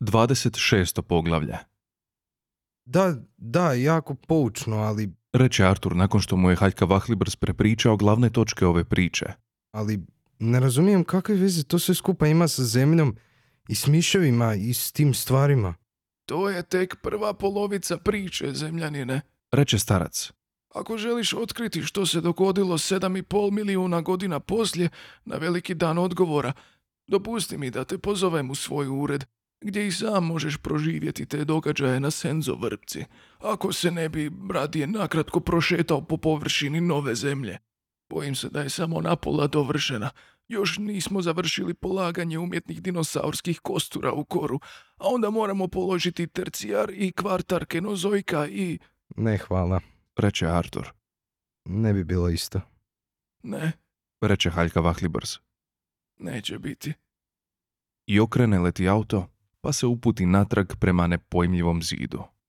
26. poglavlje, Da, da, jako poučno, ali, reče Artur nakon što mu je Haljka Vahlibrs prepričao glavne točke ove priče. ali ne razumijem kakve veze to sve skupa ima sa zemljom i s miševima i s tim stvarima. To je tek prva polovica priče, zemljanine. Reče starac. Ako želiš otkriti što se dogodilo sedam i pol milijuna godina poslije, na veliki dan odgovora, dopusti mi da te pozovem u svoj ured, gdje i sam možeš proživjeti te događaje na Senzo vrpci, ako se ne bi radije nakratko prošetao po površini nove zemlje. Bojim se da je samo napola dovršena. Još nismo završili polaganje umjetnih dinosaurskih kostura u koru, a onda moramo položiti tercijar i kvartar kenozoika i... Ne, hvala. Reče Artur. Ne bi bilo isto. ne, Reče Haljka Vahlibrs. neće biti. I okrene leti auto, pa se uputi natrag prema nepojmljivom zidu.